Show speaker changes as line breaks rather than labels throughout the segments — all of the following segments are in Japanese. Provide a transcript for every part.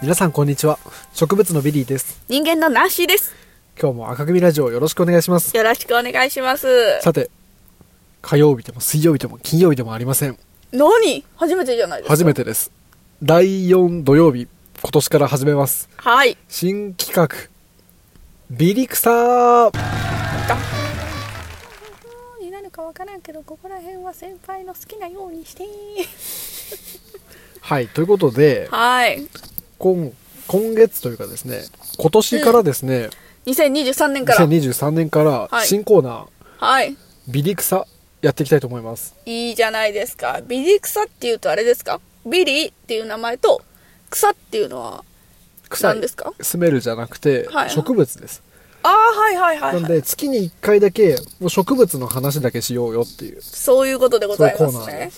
皆さんこんにちは植物のビリーです
人間のナッシーです。
今日も赤組ラジオよろしくお願いします
よろしくお願いします。
さて火曜日でも水曜日でも金曜日でもありません
何初めてじゃないですか。
初めてです第4土曜日今年から始めます
はい。
新企画ビリクサー
になるかわからんけど、ここら辺は先輩の好きなようにして。
はいということで
はい。
今今月というかですね今年からですね、
2023年から。
2023年か
は
ら
い
新コーナー、
はい。
ビリクサやっていきたいと思います
いいじゃないですか。ビリ草っていうとあれですかビリーっていう名前と、草っていうのは、
臭い
何ですか
スメルじゃなくて
はい
植物です、
ああ、はいはいはい、
な
は
ん
い。
で月に1回だけもう植物の話だけしようよっていう
そういうことでございま
そういう
す
コーナーで
ね。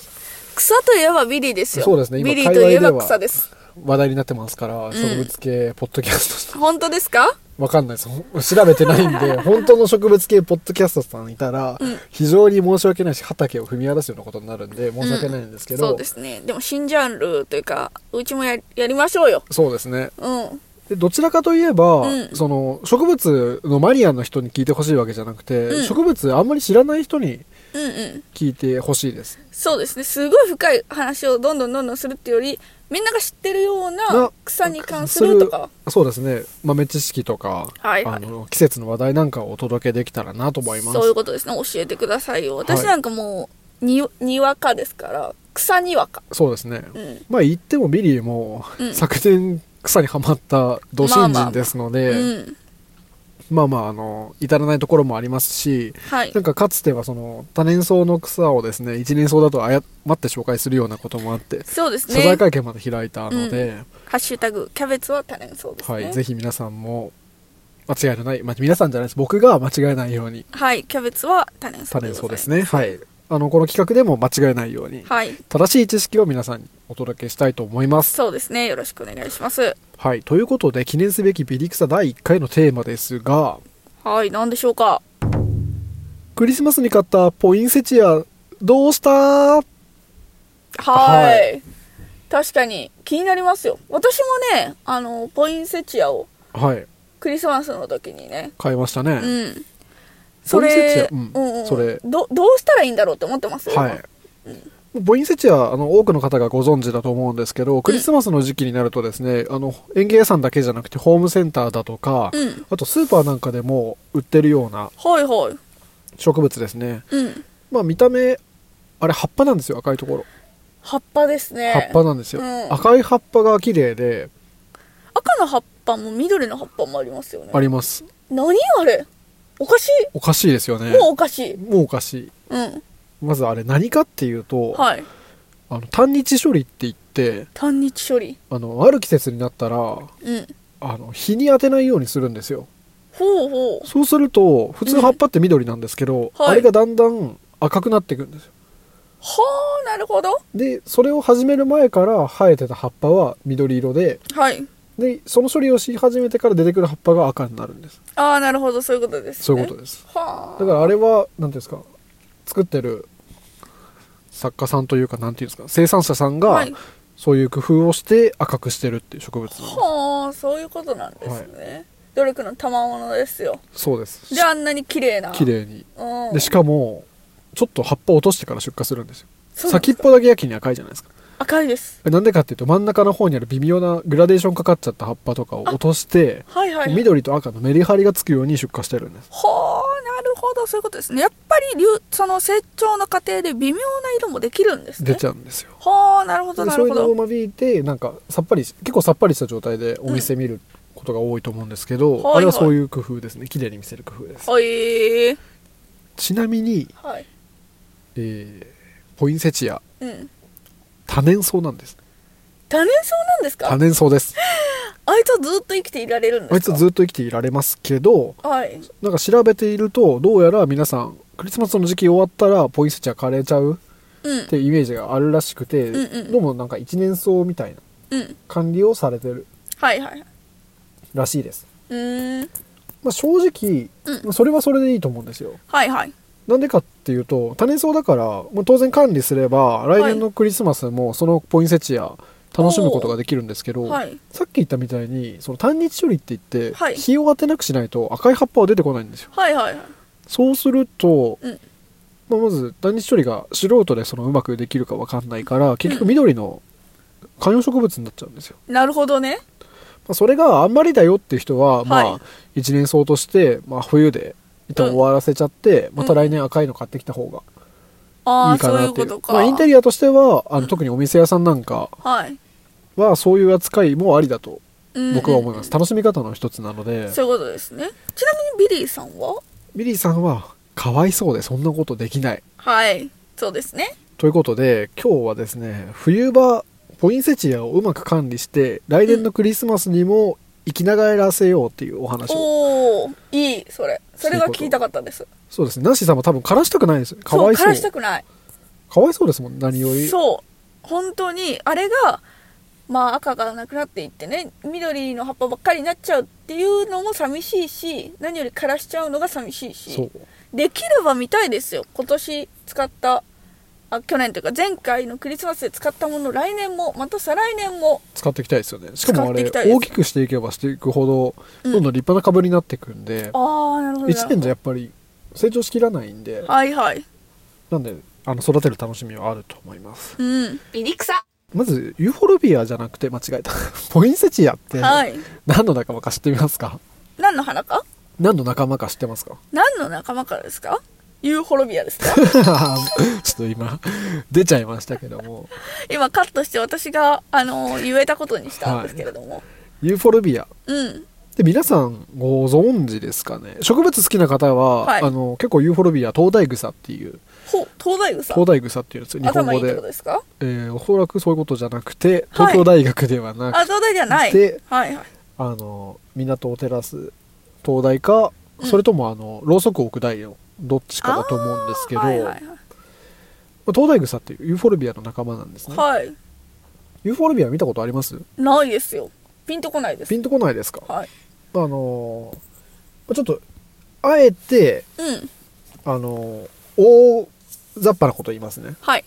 草といえばビリーですよ。
そうですね今
ビリーといえ
界隈
ば
では
草です。
話題になってますから植物系ポッドキャスト、
本当ですか
わかんないですほん調べてないん で本当の植物系ポッドキャストさんいたら、非常に申し訳ないし畑を踏み荒らすようなことになるんで申し訳ないんですけど、
そうですねでも新ジャンルというかうちもややりましょうよ
そうですね
うん
でどちらかといえば、
うん
その植物のマニアの人に聞いてほしいわけじゃなくて、
うん
植物あんまり知らない人に
うんうん
聞いてほしいです
そうですねすごい深い話をどんどんどんどんするっていうよりみんなが知ってるような
な
草に関するとか
そうですね豆知識とか、
はいはい
あの季節の話題なんかをお届けできたらなと思います
そういうことですね教えてくださいよ私なんかもうににわかですから草にわか
そうですね、
うん
まあ言ってもビリーも、
うん
昨年草にはまった土新人ですので、
うん
まあまああの至らないところもありますし
はい
なんかかつてはその多年草の草をですね一年草だと誤って紹介するようなこともあって
そうです
謝罪
ね
会見まで開いたので、
ハッシュタグキャベツは多年そうです
は
ね
い、ぜひ皆さんも間違いのない、まあ、皆さんじゃないです僕が間違えないように
はいキャベツは多年
多
草で
年
ご
草
ざい
で
ます
ねはいあのこの企画でも間違えないように、
はい
正しい知識を皆さんにお届けしたいと思います
そうですねよろしくお願いします
はいということで記念すべきビリクサ第1回のテーマですが
はい何でしょうか
クリスマスに買ったポインセチアどうした
は
はい
い確かに気になりますよ私もねあのポインセチアを
はい
クリスマスの時にね
買いましたね、
うんそ
ポインセ
れ
チアうん
うんうん
それ
どどうしたらいいんだろうって思ってますよ
はいポインセチアあの多くの方がご存知だと思うんですけどクリスマスの時期になるとですね、あの園芸屋さんだけじゃなくてホームセンターだとか、
今うん
あとスーパーなんかでも売ってるような
はいはい
植物ですね
うん
まあ見た目あれ葉っぱなんですよ赤いところ
葉っぱですね
葉っぱなんですよ、
うん
赤い葉っぱが綺麗で
赤の葉っぱも緑の葉っぱもありますよね
あります
何あれおかしい
おかしいですよね
もうおかしい
もうおかしい
うん
まずあれ何かっていうと、
はい
あの単日処理って言って
単日処理
あのある季節になったら
うん
あの日に当てないようにするんですよ
ほうほう
そうすると普通葉っぱって緑なんですけど、
はい
あれがだんだん赤くなっていくんですよ
はあなるほど
でそれを始める前から生えてた葉っぱは緑色で
はい
でその処理をし始めてから出てくる葉っぱが赤になるんです
ああなるほどそういうことですね
そういうことです
はあ
だからあれは何ていうんですか作ってる作家さんというか何ていうんですか生産者さん
は
が
い
そういう工夫をして赤くしてるっていう植物なんです、
はあそういうことなんですね、努力の賜物ですよ
そうです
であんなに綺麗な
綺麗に
うん
でしかもちょっと葉っぱを落としてから出荷するんですよ
そうなんで
先
す
っぽだけやけに赤いじゃないですか
赤いです
なんでかっていうと真ん中の方にある微妙なグラデーションかかっちゃった葉っぱとかを落として
はいはい
緑と赤のメリハリがつくように出荷してるんです
はあなるほどそういうことですねやっぱり流その成長の過程で微妙な色もできるんですね
出ちゃうんですよ
はあなるほど
で
な
そ
る
ういう
ほ
のを
ど
間引いてなんかさっぱりし結構さっぱりした状態でお店見ることが多いと思うんですけど、
はいはい
あれはそういう工夫ですね綺麗に見せる工夫です、
はい
ちなみに、
はい
えーポインセチア
うん
多年草なんです
多年草なんです
多
か
年草です
あいつはずっと生きていられるん
あい
です
つ
か
はずっと生きていられますけど
はい
なんか調べているとどうやら皆さんクリスマスの時期終わったらポインセチア枯れちゃう
うん
ってイメージがあるらしくて、
うんうん
どうもなんか一年草みたいな
うん
管理をされてる
はいはい
らしいです、
うーん
まあ、正直、
うん
まあそれはそれでいいと思うんですよ
はいはい
なんでかっていうと多年草だからもう当然管理すれば来年のクリスマスもそのポインセチア、楽しむことができるんですけど、
はい
さっき言ったみたいにその単日処理って言って、
はい
日を当てなくしないと赤い葉っぱは出てこないんですよ
はいはいはい
そうすると、
うん
まあ、まず単日処理が素人でそのうまくできるかわかんないから結局緑の観葉植物になっちゃうんですよ、
なるほどね
まあ、それがあんまりだよっていう人は、ま
は
あ一年草として、まあ、冬で一旦終わらせちゃって、また来年赤いの買ってきた方が
あ
い
あ
いか
そうい
なっ
う
てい
こ
う
とか
まあ、インテリアとしてはあの特にお店屋さんなんか
はい
はそういう扱いもありだと
うん
僕は思います、
うん
楽しみ方の一つなので
そういうことですねちなみにビリーさんは
ミリーさんはかわいそうでそんなことできない
はいそうですね
ということで今日はですね冬場ポインセチアをうまく管理して来年のクリスマスにも生きながらせようっていうお話を、
おおいいそれそれが聞きたかったです
そうですねナッシーさんも多分枯らしたくないですかわい
そ
そ
う枯
う
らしたくない
かわいそうですもん何より
そう本当にあれがまあ赤がなくなっていってね緑の葉っぱばっかりになっちゃうっていうのも寂しいし何より枯らしちゃうのが寂しいし
そう
できれば見たいですよ今年使ったあ去年というか前回のクリスマスで使ったもの来年もまた再来年も
使っていきたいですよねしかもあ
使ってい
れ
きたいです
大きくしていけばしていくほど
うん
どんどん立派な株になっていくんで、
ああなるほど
1年じゃやっぱり成長しきらないんで、
はいはい
なんであの育てる楽しみはあると思います
うんビリクサ
まずユーフォルビアじゃなくて間違えた ポインセチアって
はい
何の仲間か知ってみますか
何の花か
何の仲間か知ってますか
何の仲間からですかユーホロビアですか
ちょっと今出ちゃいましたけども
今カットして私が、あの言えたことにしたんですけれども、
ユーフォルビア
うん
で皆さんご存知ですかね植物好きな方は、
はい
あの結構ユーフォルビア東大草っていう
ほう東大草
東大草っていうんですよ日本
頭いい
語
って
で
ことですか
えーおそらくそういうことじゃなくて
は
東
い
京大学ではなく、
あ東大じゃない
で
はいはい
あの港を照らす灯台か、それともあのろうそくを置く台のどっちかだと思うんですけど、
はいはいはい
まあ灯台草っていうユーフォルビアの仲間なんですね、
はい
ユーフォルビア見たことあります
ないですよピンとこないです
ピンとこないですか
はい
あのーまあちょっとあえて
うん
あのー大雑把なこと言いますね
はい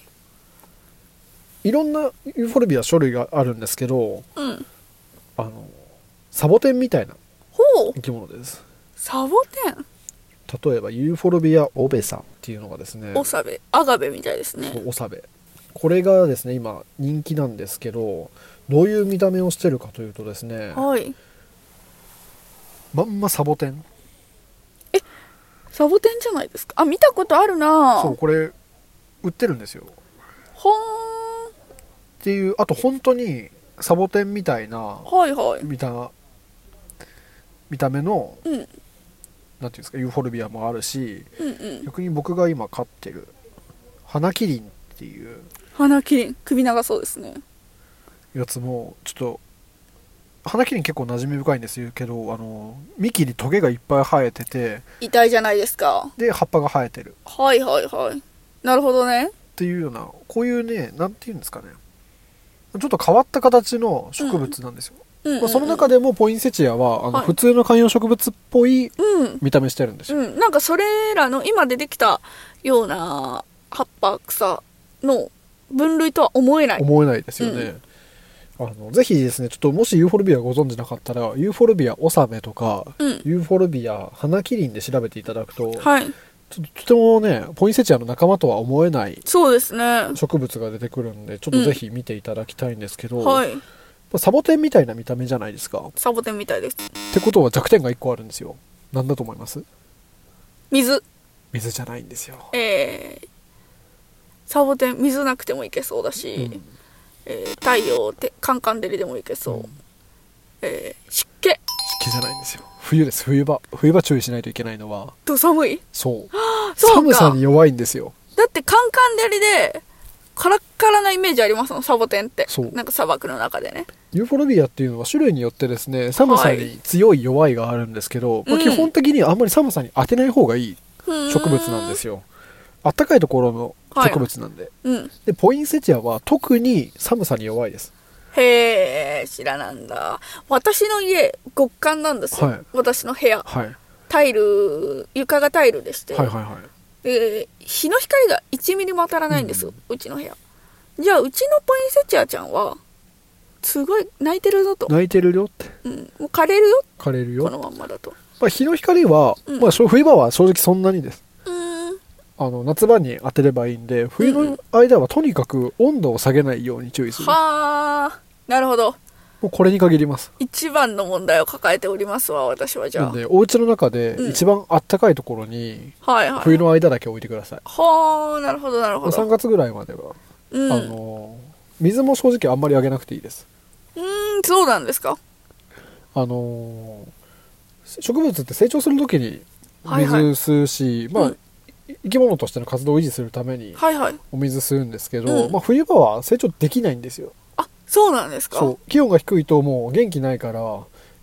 いろんなユーフォルビア種類があるんですけど
うん
あのーサボテンみたいな
ほう
生き物です
サボテン
例えばユーフォルビアオベサっていうのがですね
おさべアガベみたいですね
おさべこれがですね今人気なんですけどどういう見た目をしてるかというとですね
はい
まんまサボテン
サボテンじゃないですかあ見たことあるな
そうこれ売ってるんですよ
ほ
っていうあと本当にサボテンみたいな
ーんはいはい
見た見た目の
うんうん
なんていうんですかユーフォルビアもあるし
うん
逆に僕が今飼ってる花キリンっていう
花キリン首長そうですね
やつもちょっと花キリン結構馴染み深いんですけどあの幹にトゲがいっぱい生えてて
遺体じゃないですか
で葉っぱが生えてる
はいはいはいなるほどね
っていうようなこういうねなんていうんですかねちょっと変わった形の植物なんですよ、
うんうん
まあ、その中でもポインセチアはあの
はい
普通の観葉植物っぽい
うん
見た目してるんですよ、
うん、なんかそれらの今出てきたような葉っぱ草の分類とは思えない
思えないですよね、あのぜひですねちょっともしユーフォルビアご存知なかったらユーフォルビアオサメとか、
うん
ユーフォルビア花キリンで調べていただくと、
はい
ちょっととてもねポインセチアの仲間とは思えない
そうですねは
植物が出てくるんでちょっとぜひ見ていただきたいんですけど、
い
まあサボテンみたいな見た目じゃないですかっ
サボテンみたいです
てことは弱点が1個あるんですよ何だと思います
水
水じゃないんですよ、
えー、サボテン水なくてもいけそうだし、
うん
えー太陽てカンカン照りでもいけそう、
うん
えー湿気
湿気じゃないんですよ冬です冬場冬場注意しないといけないのは
と寒い
そう
そう
寒
か
さに弱いんですよ
だってカンカン照りでカラッカラなイメージありますもんサボテンって
そう
なんか砂漠の中でね
ユーフォルビアっていうのは種類によってですね寒さに強い弱いがあるんですけど、まあ
うん
基本的にはあんまり寒さに当てない方がいい
植
植物なんですよあったかいところの植物なんで、
うん
でポインセチアは特に寒さに弱いです
へえ知らなんだ私の家極寒なんですよ、
はい
私の部屋
はいはい
タイル床がタイルでして、
はいはい
で日の光が1ミリも当たらないんですよ、うちの部屋じゃあうちのポインセチアちゃんはすごい泣いてるぞと、
泣いてるよって
うん、もう枯れるよ
枯れるよ
このまんまだと
まあ、日の光は、
うん
まあ、しょ冬場は正直そんなにです
うーん
あの夏場に当てればいいんで冬
うんう
の
ん
間はとにかく温度を下げないように注意する、も
はあなるほど
うこれに限ります
一番の問題を抱えておりますわ私はじ
な
ゃ
んでお家の中で
うん
一番あったかいところに
あはいはい
冬の間だけ置いてください、
はあなるほどなる
ま
ほ
あ3
ど
月ぐらいまでは、
うん
あ
う
の水も正直あんまりあげなくていいです
ーんそうなんですか
あの植物って成長する時に
はいはい
水吸うし、
う
ま
ん
あ生き物としての活動を維持するために
はいはい
お水吸うんですけど、
うん
まあ、冬場は成長できないんですよ
あそうなんですか
そう気温が低いともう元気ないから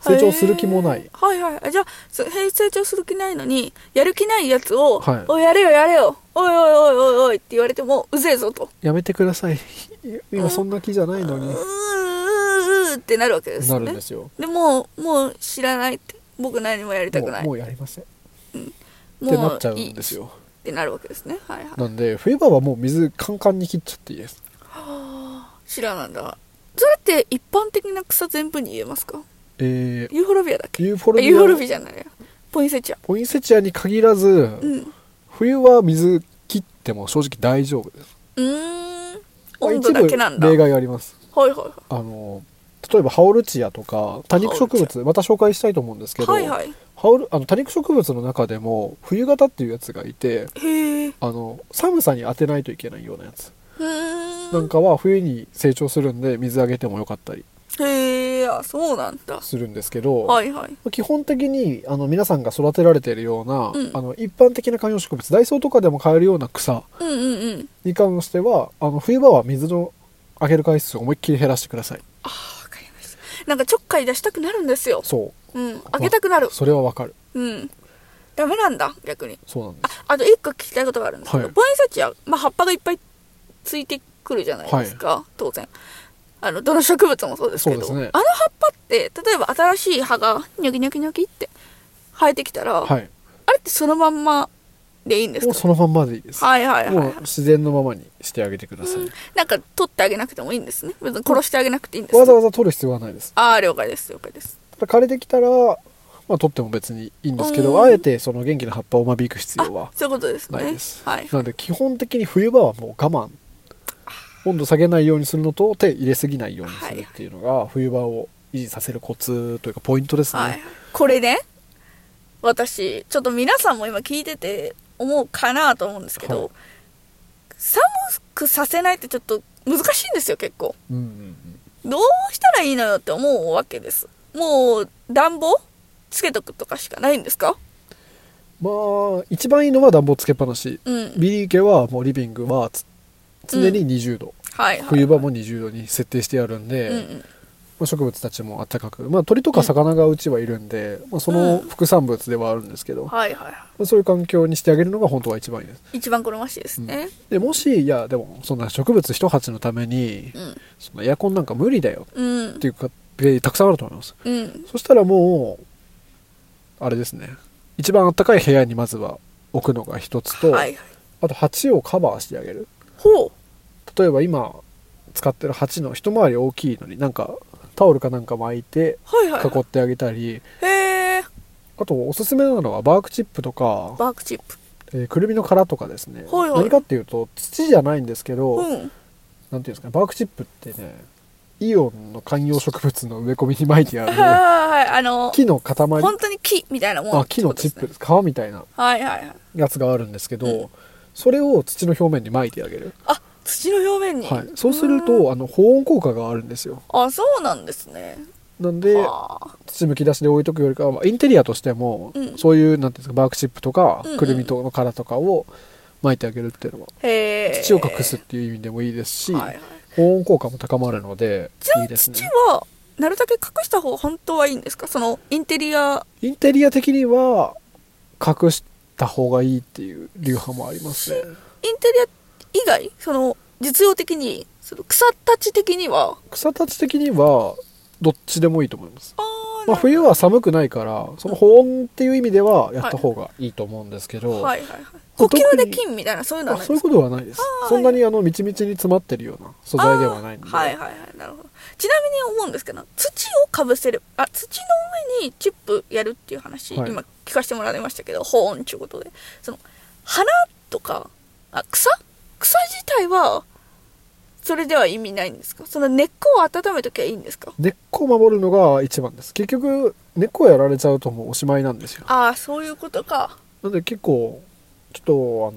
成長する気もない、
へーはいはいあじゃあそへ成長する気ないのにやる気ないやつを「
はい
おいやれよやれよおいおいおいおいおい」って言われてもうぜえぞと
やめてくださ い今そんな気じゃないの
う
に
ーうーってなるわけです
な
よ
る
ね
んですよ
でもうもう知らないって僕何もやりた
も
くな
う
い
も
も
うやりませんっ
う
てなっちゃう
いい
ん
っ
ですよ
てなるわけですねはいはい
なんで冬場はもう水カンカンに切っちゃっていいです
知らなんだそれって一般的な草全部に言えますか
えー、
ユーフォルビアだっけ
ユーフォル
あユーフォ
ビ
ル
ア
ビアじゃないやポインセチア
ポインセチアに限らず、
うんう
冬は水切っても正直大丈夫です
ーん
まあ
温度だけなん
一
だ
部
はい
例外があります
はいは
あの例えばハオルチアとか多肉植
ハオル
物また紹介したいと思うんですけ
い
ど、
はいはい
ハオルあの多肉植物の中でも冬型っていうやつがいて
へえ
あの寒さに当てないといけないようなやつ
うーん
なんかは冬に成長するんで水あげてもよかったり
へえあそうなんだ
するんですけど、
はいはい
基本的にあの皆さんが育てられているような、
うん
あの一般的な観葉植物ダイソーとかでも買えるような草
うんうんうん
に関してはあの冬場は水のあげる回数を思いっきり減らしてください
あーわかりましたなんかちょっかい出したくなるんですよ
そ
うんあげたくな
う
る
それはわかる
うんダメなんだ逆に
そうなんで
あ
す
あと一個聞きたいことがあるんですけど、
はい
ポインセチア、まあ、葉っぱがいっぱいついてくるじゃないですか、当然あのどの植物もそうですけど
そうですね
あの葉っぱって例えば新しい葉がニョキニョキニョキって生えてきたら、
はい
あれってそのまんまでいいんです
もう
か
そのまんまでいいです、
はいはいはい、
もう自然のままにしてあげてください、
うんなんか取ってあげなくてもいいんですね別に殺してあげなくていいんですね
わざわざ取る必要はないです
ああ了解です了解です
ただ枯れてきたらまあ取っても別にいいんですけど、
うん
あえてその元気な葉っぱを間引く必
あ
要は
そういうことですね
ないです、
はい
なので基本的に冬場はもう我慢温度下げないようにするのと手入れすぎないようにするっていうのが冬場を維持させるコツというかポイントですね、
はい、これね私ちょっと皆さんも今聞いてて思うかなと思うんですけど、
はい
寒くさせないってちょっと難しいんですよ結構
うんうんうん
どうしたらいいのよって思うわけですもう暖房つけとくとかしかないんですか
まあ一番いいのは暖房つけっぱなし
うん
ビリー家はもうリビングはつ常に20度、
はいはい
冬場も20度に設定してあるんで、
うんうん
まあ植物たちも暖かく、まあ、鳥とか魚がうちはいるんで、まあ、その副産物ではあるんですけど、ま
はいはいは
あそういう環境にしてあげるのが本当は一番いいです
い一番好ましいですね
でもしいやでもそんな植物一鉢のために
うん
そのエアコンなんか無理だよ
うん
っていうかでたくさんあると思います
うん
そしたらもうあれですね一番暖かい部屋にまずは置くのが一つと、
はいはい
あと鉢をカバーしてあげる
ほう
例えば今使ってる鉢の一回り大きいのになんかタオルかなんか巻いて
はいはい
囲ってあげたり
へえ
あとおすすめなのはバークチップとか、
バークチップ
えーくるみの殻とかですね、
はいはい
何かっていうと土じゃないんですけど、
う
なんて
ん
いうんですかねバークチップってねイオンの観葉植物の植え込みに巻いてあ
はい
る
はいあの
木の塊
本当に木みたいなもん
あ木のチップ
ってことで
です
ね
す皮みたいな
はいはいはい
やつがあるんですけど、
うん
それを土の表面に巻いてあげる、
あ土の表面に、
はい、そうする
うん
とあの保温効果があるんですよ
あそうなんですね
なんで
はあ
土むき出しで置いとくよりかはまあインテリアとしても、
うん
そういうなんていうんですかバークチップとか、
うんうん
くるみとの殻とかを巻いてあげるっていうのは
へえ
土を隠すっていう意味でもいいですし、
はいはい
保温効果も高まるので
ちない
い
み
で
に
す
土
ね
はなるだけ隠した方が本当はいいんですかそのインテリア
インテリア的には隠した方がいいっていう流派もありますね
インテリア以外その実用的にその草たち的には
草たち的にはどっちでもいいと思います
ああ
まあ、冬は寒くないからその保温っていう意味ではやった方がいいと思うんですけど、
はいはいはい呼吸できんみたいなそういうの
あ
はない
そ
で
うい
す
うことはないです
あー
そんなにあのみちみちに詰まってるような素材ではないんで、
はいはいはいなるほどちなみに思うんですけど土をかぶせるあ土の上にチップやるっていう話、
はい
今聞かせてもらいましたけど保温っていうことでその花とかあ草草自体はそれでは意味ないんですかその根っこを温めときゃいいんですか
根っこを守るのが一番です結局根っこをやられちゃうともうおしまいなんですよ
ああそういうことか
なんで結構ちょっと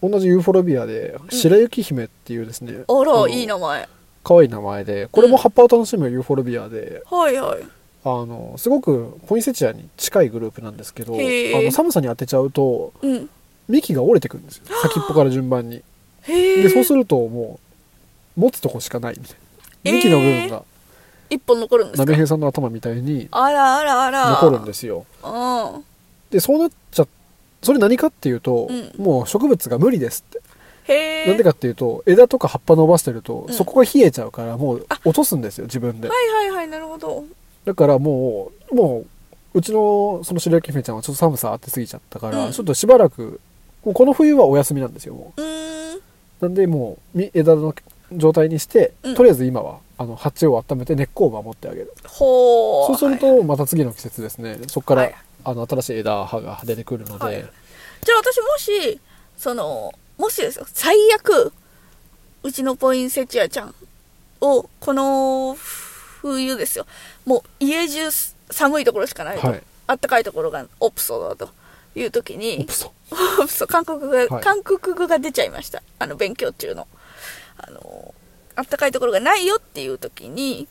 あの同じユーフォルビアで白雪姫っていうですね、
あら
の
いい名前
可愛い名前でこれも葉っぱを楽しむユーフォルビアで、
はいはい
あのすごくポインセチアに近いグループなんですけどあ
へー
の寒さに当てちゃうと
うん
幹が折れてくるんですよ先っぽから順番に
へえ
でそうするともう持つとこしかないみたいな
へー
幹の部分が
一本残るんです
鍋
か
平さんの頭みたいに
あらあらあら
残るんですよ
うん
でそうなっちゃそれ何かっていうと、
うん
もう植物が無理ですって
へえ
なんでかっていうと枝とか葉っぱ伸ばしてると、
うん
そこが冷えちゃうからもう落とすんですよ自分で、
はいはいはいなるほど
だからもうもううちのその白雪姫ちゃんはちょっと寒さあって過ぎちゃったから、
うん
ちょっとしばらくもうこの冬はお休みなんですよも
うーん
うなんでもうみ枝の状態にして、
うん
とりあえず今はあの鉢を温めて根っこを守ってあげる
ほ
そうする
はい
とまた次の季節ですねそこから、
はい
あの新しい枝葉が出てくるので、
はいじゃあ私もしそのもしですよ最悪うちのポインセチアちゃんをこの冬ですよもう家中寒いところしかないと、
はい
あったかいところがオプソだという時に
オプソ
オプソ韓国語が、
はい
韓国語が出ちゃいましたあの勉強中のあのあったかいところがないよっていう時に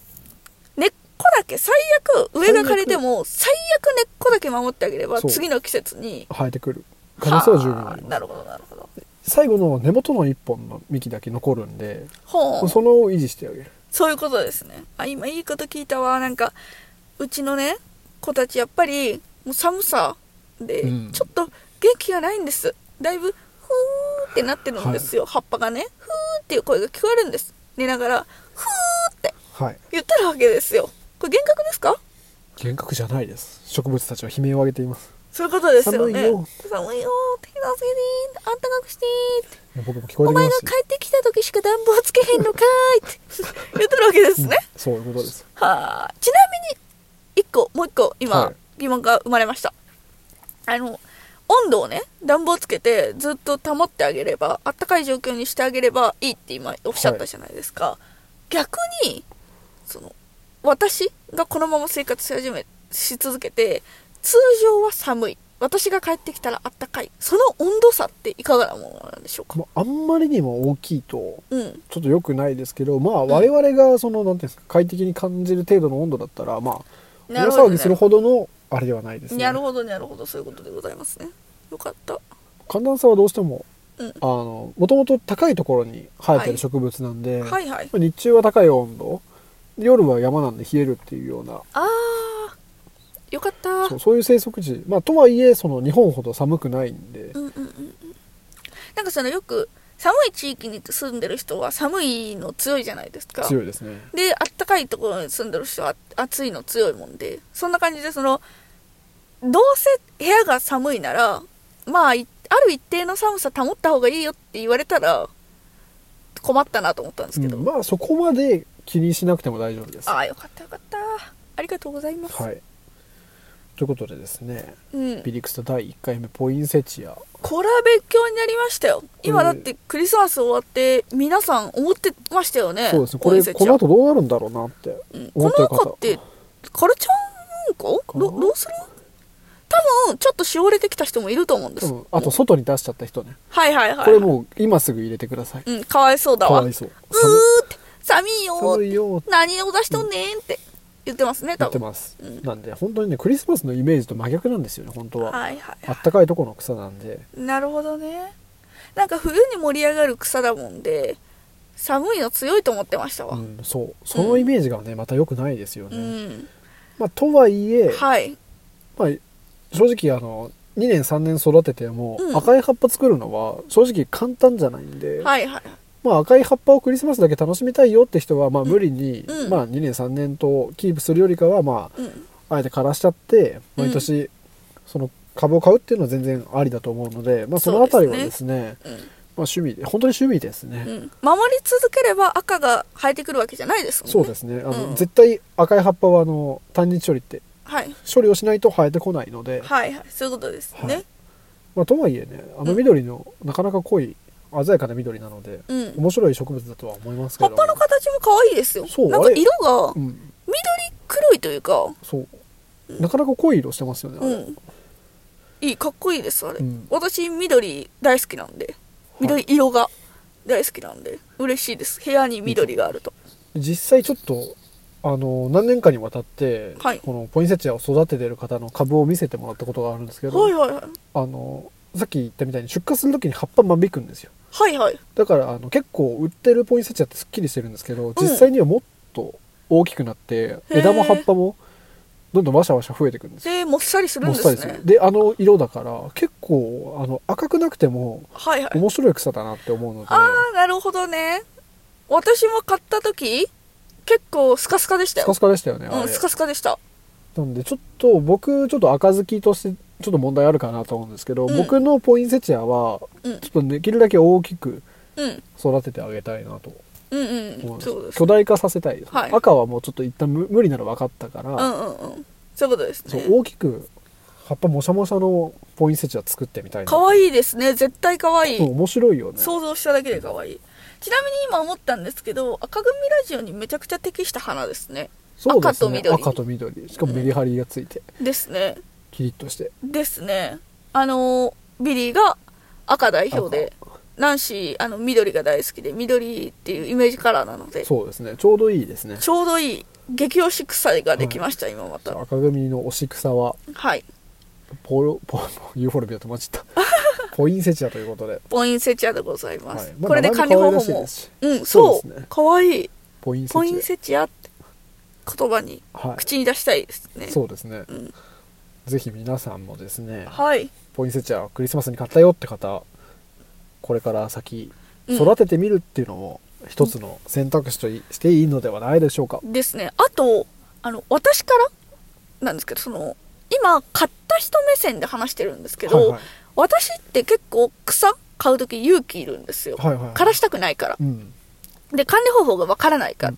根っこだけ最悪上が枯れても最悪根っこだけ守ってあげれば
そう
次の季節に
生えてくる可能性は十分あり
はあ
ます
なるほどなるほど
最後の根元の一本の幹だけ残るんで、
ほう
そのを維持してあげる
そういうことですねあ今いいこと聞いたわなんかうちのね子たちやっぱりもう寒さで
うん
ちょっと元気がないんですだいぶふーってなってるんですよ、葉っぱがねふーっていう声が聞こえるんです寝ながらふーって
はい
言ってるわけですよこれ幻覚ですか
幻覚じゃないです植物たちは悲鳴を上げています
そういうことですよね
寒いよ
寒いよ手助けてあったかくしてって
僕も聞こえ
お
てきま
前が
す
帰ってきた時しか暖房つけへんのかーいって言ってるわけですね、
うんそういうことです
はあちなみに一個もう一個今、
はい
疑問が生まれましたあの温度をね暖房つけてずっと保ってあげればあったかい状況にしてあげればいいって今おっしゃったじゃないですか、逆にその私がこのまま生活し始めし続けて通常は寒い私が帰ってきたらあったかいその温度差っていかがなものなんでしょうか
まああんまりにも大きいと
うん
ちょっと良くないですけどまあ我々がそのなんていうんですか快適に感じる程度の温度だったらまあ大
なるほど
騒ぎするほどのあれではないですね
なるほどなるほどそういうことでございますねよかった
寒暖差はどうしても
うん
あのもともと高いところに生えて
は
る
い
植物なんで、
はいはい
日中は高い温度夜は山なんで冷えるっていうような
あーよかったう
そうそういう生息地まあとはいえその日本ほど寒くないんで、
んうんうんうんなんかそのよく寒い地域に住んでる人は寒いの強いじゃないですか
強いですね
であったかいところに住んでる人は暑いの強いもんでそんな感じでそのどうせ部屋が寒いならまあいある一定の寒さ保った方がいいよって言われたら困ったなと思ったんですけど、
うんまあそこまで気にしなくても大丈夫です
あ
は
あよかったよかったありがとうございます、
いということでですね
うん
ビリクスタ第1回目ポインセチア
これは勉強になりましたよ今だってクリスマス終わって皆さん思ってましたよね
そうですねこ
ポイ
れ
ンセ
こ
チア
の後どうなるんだろうなって
うん
思
こ
って
の
る方
赤ってカルチャー文化
か
ど
な
どうする多分ちょっとしおれてきた人もいると思うんです、
うん、あと外に出しちゃった人ね
はいはいはい
これもう今すぐ入れてください、
うんかわいそうだ
か
わ
わ
う
い
ー
そう
って寒いよ
寒
ー
寒いよって
何を出しとんねんって言ってますね
言
多
って
分
ます、
うん
なんで本当にねクリスマスのイメージと真逆なんですよね本当は、
はいはい
あったかいとこの草なんで
なるほどねなんか冬に盛り上がる草だもんで寒いの強いと思ってましたわ
うん、そうそのイメージがね、また良くないですよね、
うん、
まあ、とはいえ、
はい
まあ、正直あの2年3年育てても、
うん
赤い葉っぱ作るのは正直簡単じゃないんで、
はいはい
まあ、赤い葉っぱをクリスマスだけ楽しみたいよって人は、まあ、無理に、
うん
まあ、2年3年とキープするよりかは、まあ、
うん
あえて枯らしちゃって毎年その株を買うっていうのは全然ありだと思うので、まあ、その辺りはですね
うん
まあ、趣味本当に趣味ですね、
うん、守り続ければ赤が生えてくるわけじゃないですもんね
そうですねあの、
うん
絶対赤い葉っぱはあの単日処理って
はい、
処理をしないと生えてこないので、
はいはいそういうことですね、
はいまあ、とはいえねあの緑の、なかなか濃い鮮やかな緑なので、
うん
面白い植物だとは思いますけ
葉
ど
っぱの形も可愛いですよ
そう
なんか
あれ
色が
うん
緑黒いというか
そうなかなか濃い色してますよね、あ
う
れ
んいいかっこいいですあれ、
うん
私緑大好きなんで緑色が大好きなんで嬉しいです部屋に緑があると
実際ちょっとあの何年かにわたって、
はい
このポインセチアを育ててる方の株を見せてもらったことがあるんですけど、
はいはいはい
あのさっき言ったみたいに出荷する時に葉っぱ間引くんですよ
はいはい
だからあの結構売ってるポインセチアってすっきりしてるんですけど実際にはもっと大きくなって、
ー
枝も葉っぱもどんどんわしゃわしゃ増えてくるんですよ
でもっさりするん
もっ
で
さ
す
りす
ね
るであの色だから結構あの赤くなくても
はいはい
面白い草だなって思うので
ああなるほどね私も買った時結構スカスカでした
スカ
よ
スカでしたよね、あ
う
れ
んスカスカでした
なんでちょっと僕ちょっと赤好きとしてちょっと問題あるかなと思うんですけど、
うん
僕のポインセチアは
うん
ちょっとできるだけ大きく
うん
育ててあげたいなと
う
思
んう
うん
ん
です
そうです
巨大化させたいです、
はい
赤はもうちょっと一旦無無理なの分かったから、
うんうんうんそういうことです
そう
ね
大きく葉っぱもしゃもしゃのポインセチア作ってみたいな
可愛いですね絶対可愛い
そう面白いよね
想像しただけで可愛いちなみに今思ったんですけど赤組ラジオにめちゃくちゃ適した花ですね
そうですね
赤と緑
赤と緑しかもメリハリがついて、
ですね
キリッとして
ですねあのビリーが赤代表でナンシーあの緑が大好きで緑っていうイメージカラーなので
そうですねちょうどいいですね
ちょうどいい激推し草ができました、今また
赤組の推し草は
はい
ポロ ポロユーフォルビアと間違った ポインセチアということで
ポインセチアでございます、
はいまあ
これで管理方法もうんそ
そうです
う
ね
かわいい
ポインセチア
ポインセチアって言葉に
はい
口に出したいですね
そうですね、
ん
ぜひ皆さんもですね
はい
ポインセチアクリスマスに買ったよって方これから先
うん
育ててみるっていうのも一つの選択肢といしていいのではないでしょうか、
ですねあとあの私からなんですけどその今買った人目線で話してるんですけど、
はいはい
私って結構草買う時勇気いるんですよ、
はいはいはい
枯らしたくないから
うん
で管理方法がわからないから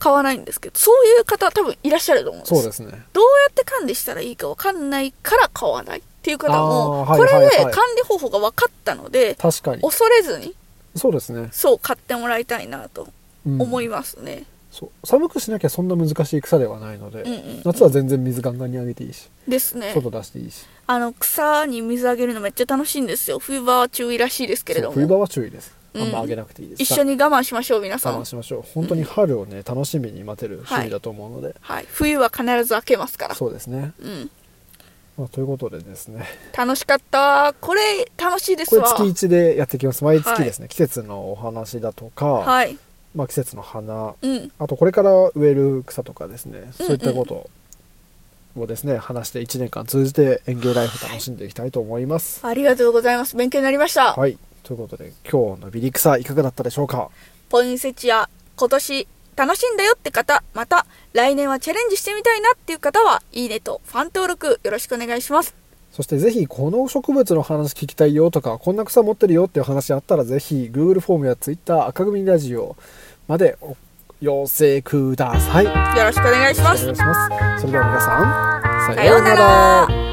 買わないんですけどそういう方多分いらっしゃると思うんです
そうですね
どうやって管理したらいいかわかんないから買わないっていう方も、
あーは
こ
いはい
れ
はい
で管理方法が分かったので、
確かに
恐れずに、
そうですね、
そう買ってもらいたいなと
うん
思いますね。
そう寒くしなきゃそんな難しい草ではないので、
うんうん
夏は全然水ガンガンにあげていいし
ですね。
外出していいし、
あの、草に水あげるのめっちゃ楽しいんですよ。冬場は注意らしいですけれ
そ
ど
う冬
も。
場は注意ですあんまあげなくていいです、
一緒に我慢しましょう、皆さ
我
ん
慢。しましょう本当に春をね楽しみに待てる趣味だと思うので、
はい。冬は必ず明けますから。
そうですね、
うん。
まあ、ということでですね
楽しかった。これ、楽しいです
これ
わ。
月1でやっていきます毎月ですね、季節のお話だとか、
はい。
まあ、季節の花
うん。
あとこれから植える草とかですねそういったことをですね話して1年間通じて園芸ライフ楽しんでいきたいと思います
ありがとうございます。勉強になりました。
はいということで今日のビリ草いかがだったでしょうか
ポインセチア今年楽しんだよって方また来年はチャレンジしてみたいなっていう方はいいねとファン登録よろしくお願いします
そしてぜひこの植物の話聞きたいよとかこんな草持ってるよっていう話あったらぜひ Google フォームや Twitter 赤組ラジオまでお寄せくださいお
よろしくお願いします
願いしますそれでは皆さん
さようなら